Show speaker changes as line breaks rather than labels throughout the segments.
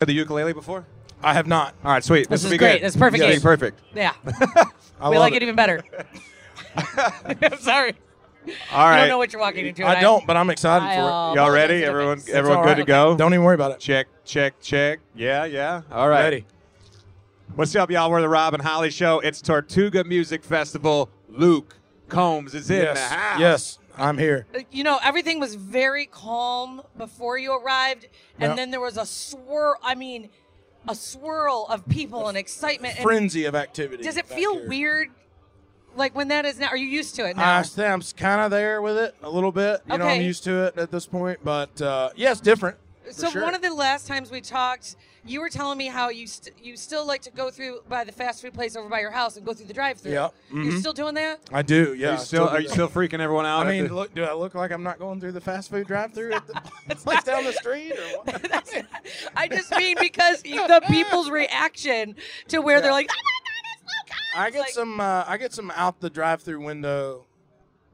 Had the ukulele before?
I have not.
All right, sweet.
This
will
is
be
great.
Good.
This is perfect
This will
game.
be perfect.
Yeah.
I
we
love
like it. even better. I'm sorry.
All
I
right.
don't know what you're walking into. and Uh,
I don't, but I'm excited
I,
for
uh,
Y'all
apologize in
ready?
advance.
Everyone,
It's
everyone
all
good to
right.
go?
it. Don't even worry about it.
Check, check, check. Yeah, yeah. All right.
Ready.
What's up, y'all? We're the Rob and Holly Show. It's Tortuga Music Festival. Luke Combs is in
Yes.
the house.
Yes. I'm here.
You know, everything was very calm before you arrived, and
Yeah.
then there was a swirl. I mean, a swirl of people and excitement. and
Frenzy of activity.
does it
back
feel
here. Ah,
weird? Like when that is now? Are you used to it now?
I say I'm kind of there with it a little bit. You know, I'm
Okay.
used to it at this point, but uh, yeah, it's different. for
so
sure.
one of the last times we talked, you were telling me how you st- you still like to go through by the fast food place over by your house and go through the drive-through.
Yeah.
You're still doing that?
I do.
Are
Yeah.
you
I
still,
do
are you
that.
still freaking everyone out? at
I mean,
the-
look, do I look like I'm not going through the fast food drive-through at the place down the street or what?
I just mean because the people's reaction to where they're
Yeah.
like, "Oh my God,
I
It's
get
like-
some. Uh, I get some out the drive-through window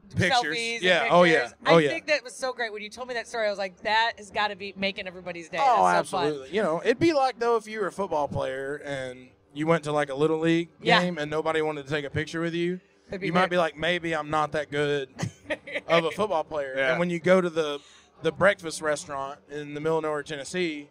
it's
pictures.
Selfies and
yeah. Oh yeah.
pictures."
Oh
I
yeah.
think that was so great when you told me that story. I was like, that has got to be making everybody's day.
Oh,
That's so fun.
absolutely. You know, it'd be like though if you were a football player and you went to like a little league
Yeah.
game and nobody wanted to take a picture with you.
It'd be
You
weird.
might be like, maybe I'm not that good of a football player.
Yeah.
And when you go to the the breakfast restaurant in the middle of nowhere, Tennessee,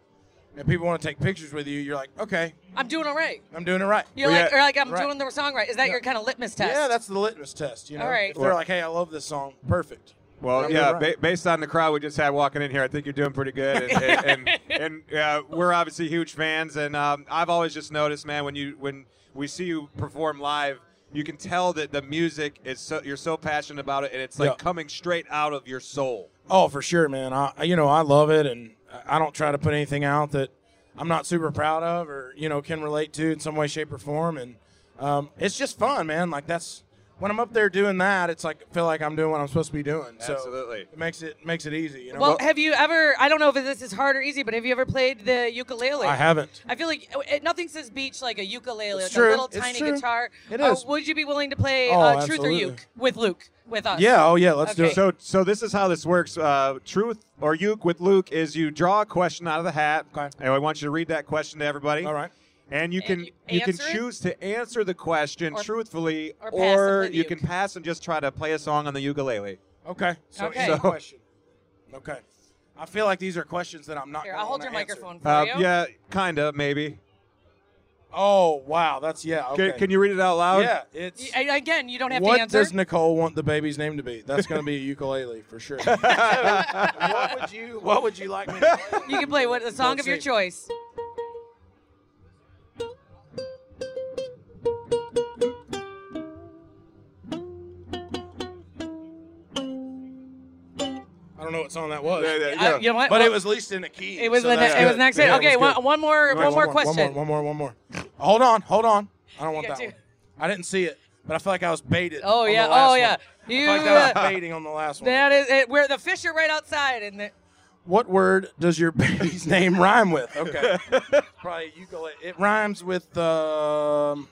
and people want to take pictures with you, you're like, okay,
I'm doing all right.
I'm doing it right.
You're
Well,
like,
yeah,
or like I'm
right.
doing the song right. Is that your kind of litmus test?
Yeah, that's the litmus test. You know,
All right.
if they're like, hey, I love this song, perfect.
Well,
I'm
yeah.
doing
Ba-
right.
based on the crowd we just had walking in here, I think you're doing pretty good, and and, and, and uh, we're obviously huge fans. And um, I've always just noticed, man, when you when we see you perform live, you can tell that the music is so you're so passionate about it, and it's like
Yeah.
coming straight out of your soul.
Oh, for sure, man. I you know I love it, and I don't try to put anything out that I'm not super proud of or you know can relate to in some way, shape, or form. And um, it's just fun, man. Like that's when I'm up there doing that, it's like I feel like I'm doing what I'm supposed to be doing. So
Absolutely.
it makes it makes it easy. You know,
Well, have you ever? I don't know if this is hard or easy, but have you ever played the ukulele?
I haven't.
I feel like uh, it, nothing says beach like a ukulele,
It's
like a
true.
little
It's
tiny
true.
guitar.
It
Uh,
is.
would you be willing to play
Oh,
uh, Truth or
absolutely.
Uke with Luke with us?
Yeah. Oh yeah. Let's
Okay.
do it.
So so this is how this works. Uh, truth or uke with Luke is you draw a question out of the hat,
Okay.
and I want you to read that question to everybody.
All right.
And you
And
can
you
you can
answer it?
choose to answer the question
Or-
truthfully,
or pass and
or
play the
you
uke.
can pass and just try to play a song on the ukulele.
Okay. So
Okay.
any question. Okay. I feel like these are questions that I'm not.
Here,
gonna
I'll hold your
wanna answer.
microphone for
Uh,
you.
yeah, kinda maybe.
Oh wow, that's yeah. Okay.
Can, can you read it out loud?
Yeah, it's.
Y- and Again, you don't have
what
to answer.
does Nicole want the baby's name to be? That's going to be a ukulele for sure. So, what would you What would you like me to play?
you can play what the song
Let's
of your
see.
choice.
I don't know what song that was,
Yeah, yeah,
I-
yeah.
you know what?
but
Well,
it was at least in a key.
It was
so
the
that's
ne- it was
good.
next.
Yeah, it was
okay,
good.
one, one more.
All right,
one more
One
question.
more. One more. One more. Hold on. Hold on. I don't want
got
that
two.
one. I didn't see it, but I feel like I was baited.
Oh
on the
yeah.
last
Oh
one.
yeah.
I
You.
feel like that
uh,
was baiting on the last one.
that is it. Where the fish are right outside, and the,
What word does your baby's name rhyme with? Okay. Probably ukulele. It rhymes with um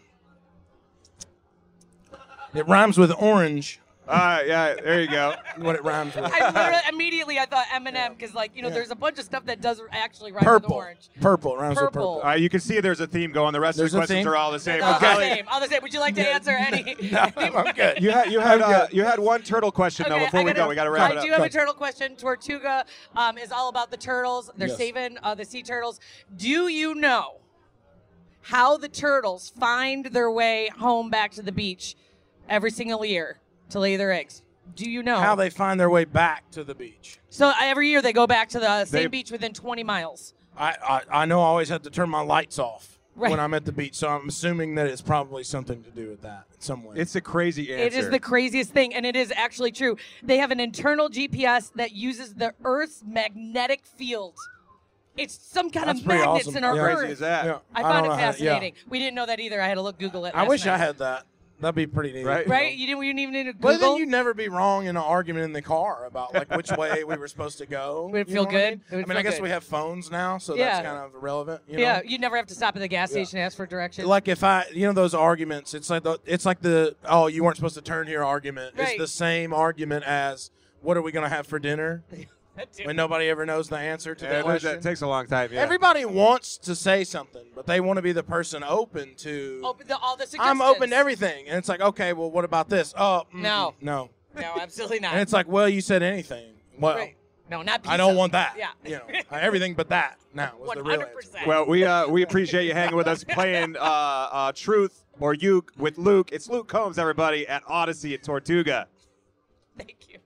It rhymes with orange.
All right, yeah, there you go.
What it rhymes with.
I literally immediately I thought Eminem because like you know there's a bunch of stuff that does actually rhyme with
Purple.
orange.
Purple. It rhymes
Purple.
with
All right, Uh, you can see there's a theme going. The rest
There's
of
a
the questions
theme?
are all the same.
All the
Okay.
same. All the same. Would you like to answer any?
purple. I'm good.
You had you had
I'm
uh,
good.
you had one turtle question though.
Okay,
Before
I
we
gotta-
go, we got to wrap
I
it up.
do have a turtle question. Tortuga um, is all about the turtles. They're
Yes.
saving uh, the sea turtles. Do you know how the turtles find their way home back to the beach every single year to lay their eggs? Do you know
How they find their way back to the beach.
So uh, every year they go back to the uh, same
They-
beach within 20 miles.
I, I, I know I always have to turn my lights off
Right.
when I'm at the beach, so I'm assuming that it's probably something to do with that in some way.
It's a crazy answer.
It is the craziest thing, and it is actually true. They have an internal GPS that uses the Earth's magnetic field it's some kind
That's
of
pretty
magnets
awesome.
in our
Yeah.
earth.
Crazy as that.
Yeah.
I
don't
found
know
it
how- yeah.
fascinating. We didn't know that either. I had to look Google it.
I
last
wish
night.
I had that. That'd be pretty neat.
Right?
Right? You didn't. You didn't even need to Google.
But then you'd never be wrong in an argument in the car about like which way we were supposed to go.
Would it
You
feel
know what I
good?
mean?
It
I
would
mean, I,
feel
guess
good.
we have phones now, so
Yeah.
that's kind of relevant. You know?
yeah. You'd never have to stop at the gas station and ask for directions.
Like if I, you know, those arguments. It's like the, it's like the oh, you weren't supposed to turn here argument.
Right.
It's the same argument as what are we gonna have for dinner when nobody ever knows the answer to
Yeah,
that
it, is-
question.
it takes a long time. Yeah.
Everybody wants to say something, but they want to be the person open to.
open the, all the suggestions.
I'm open to everything, and it's like, okay, well, what about this? Oh, mm,
No.
no,
No, absolutely not.
and it's like, well, you said anything. Well,
Right. No, not. Pizza.
I don't want that.
Yeah.
you know, everything but that. Now was
One
the real
hundred
answer.
percent.
Well, we uh, we appreciate you hanging with us, playing uh, uh, Truth or You with Luke. It's Luke Combs, everybody, at Odyssey at Tortuga.
Thank you.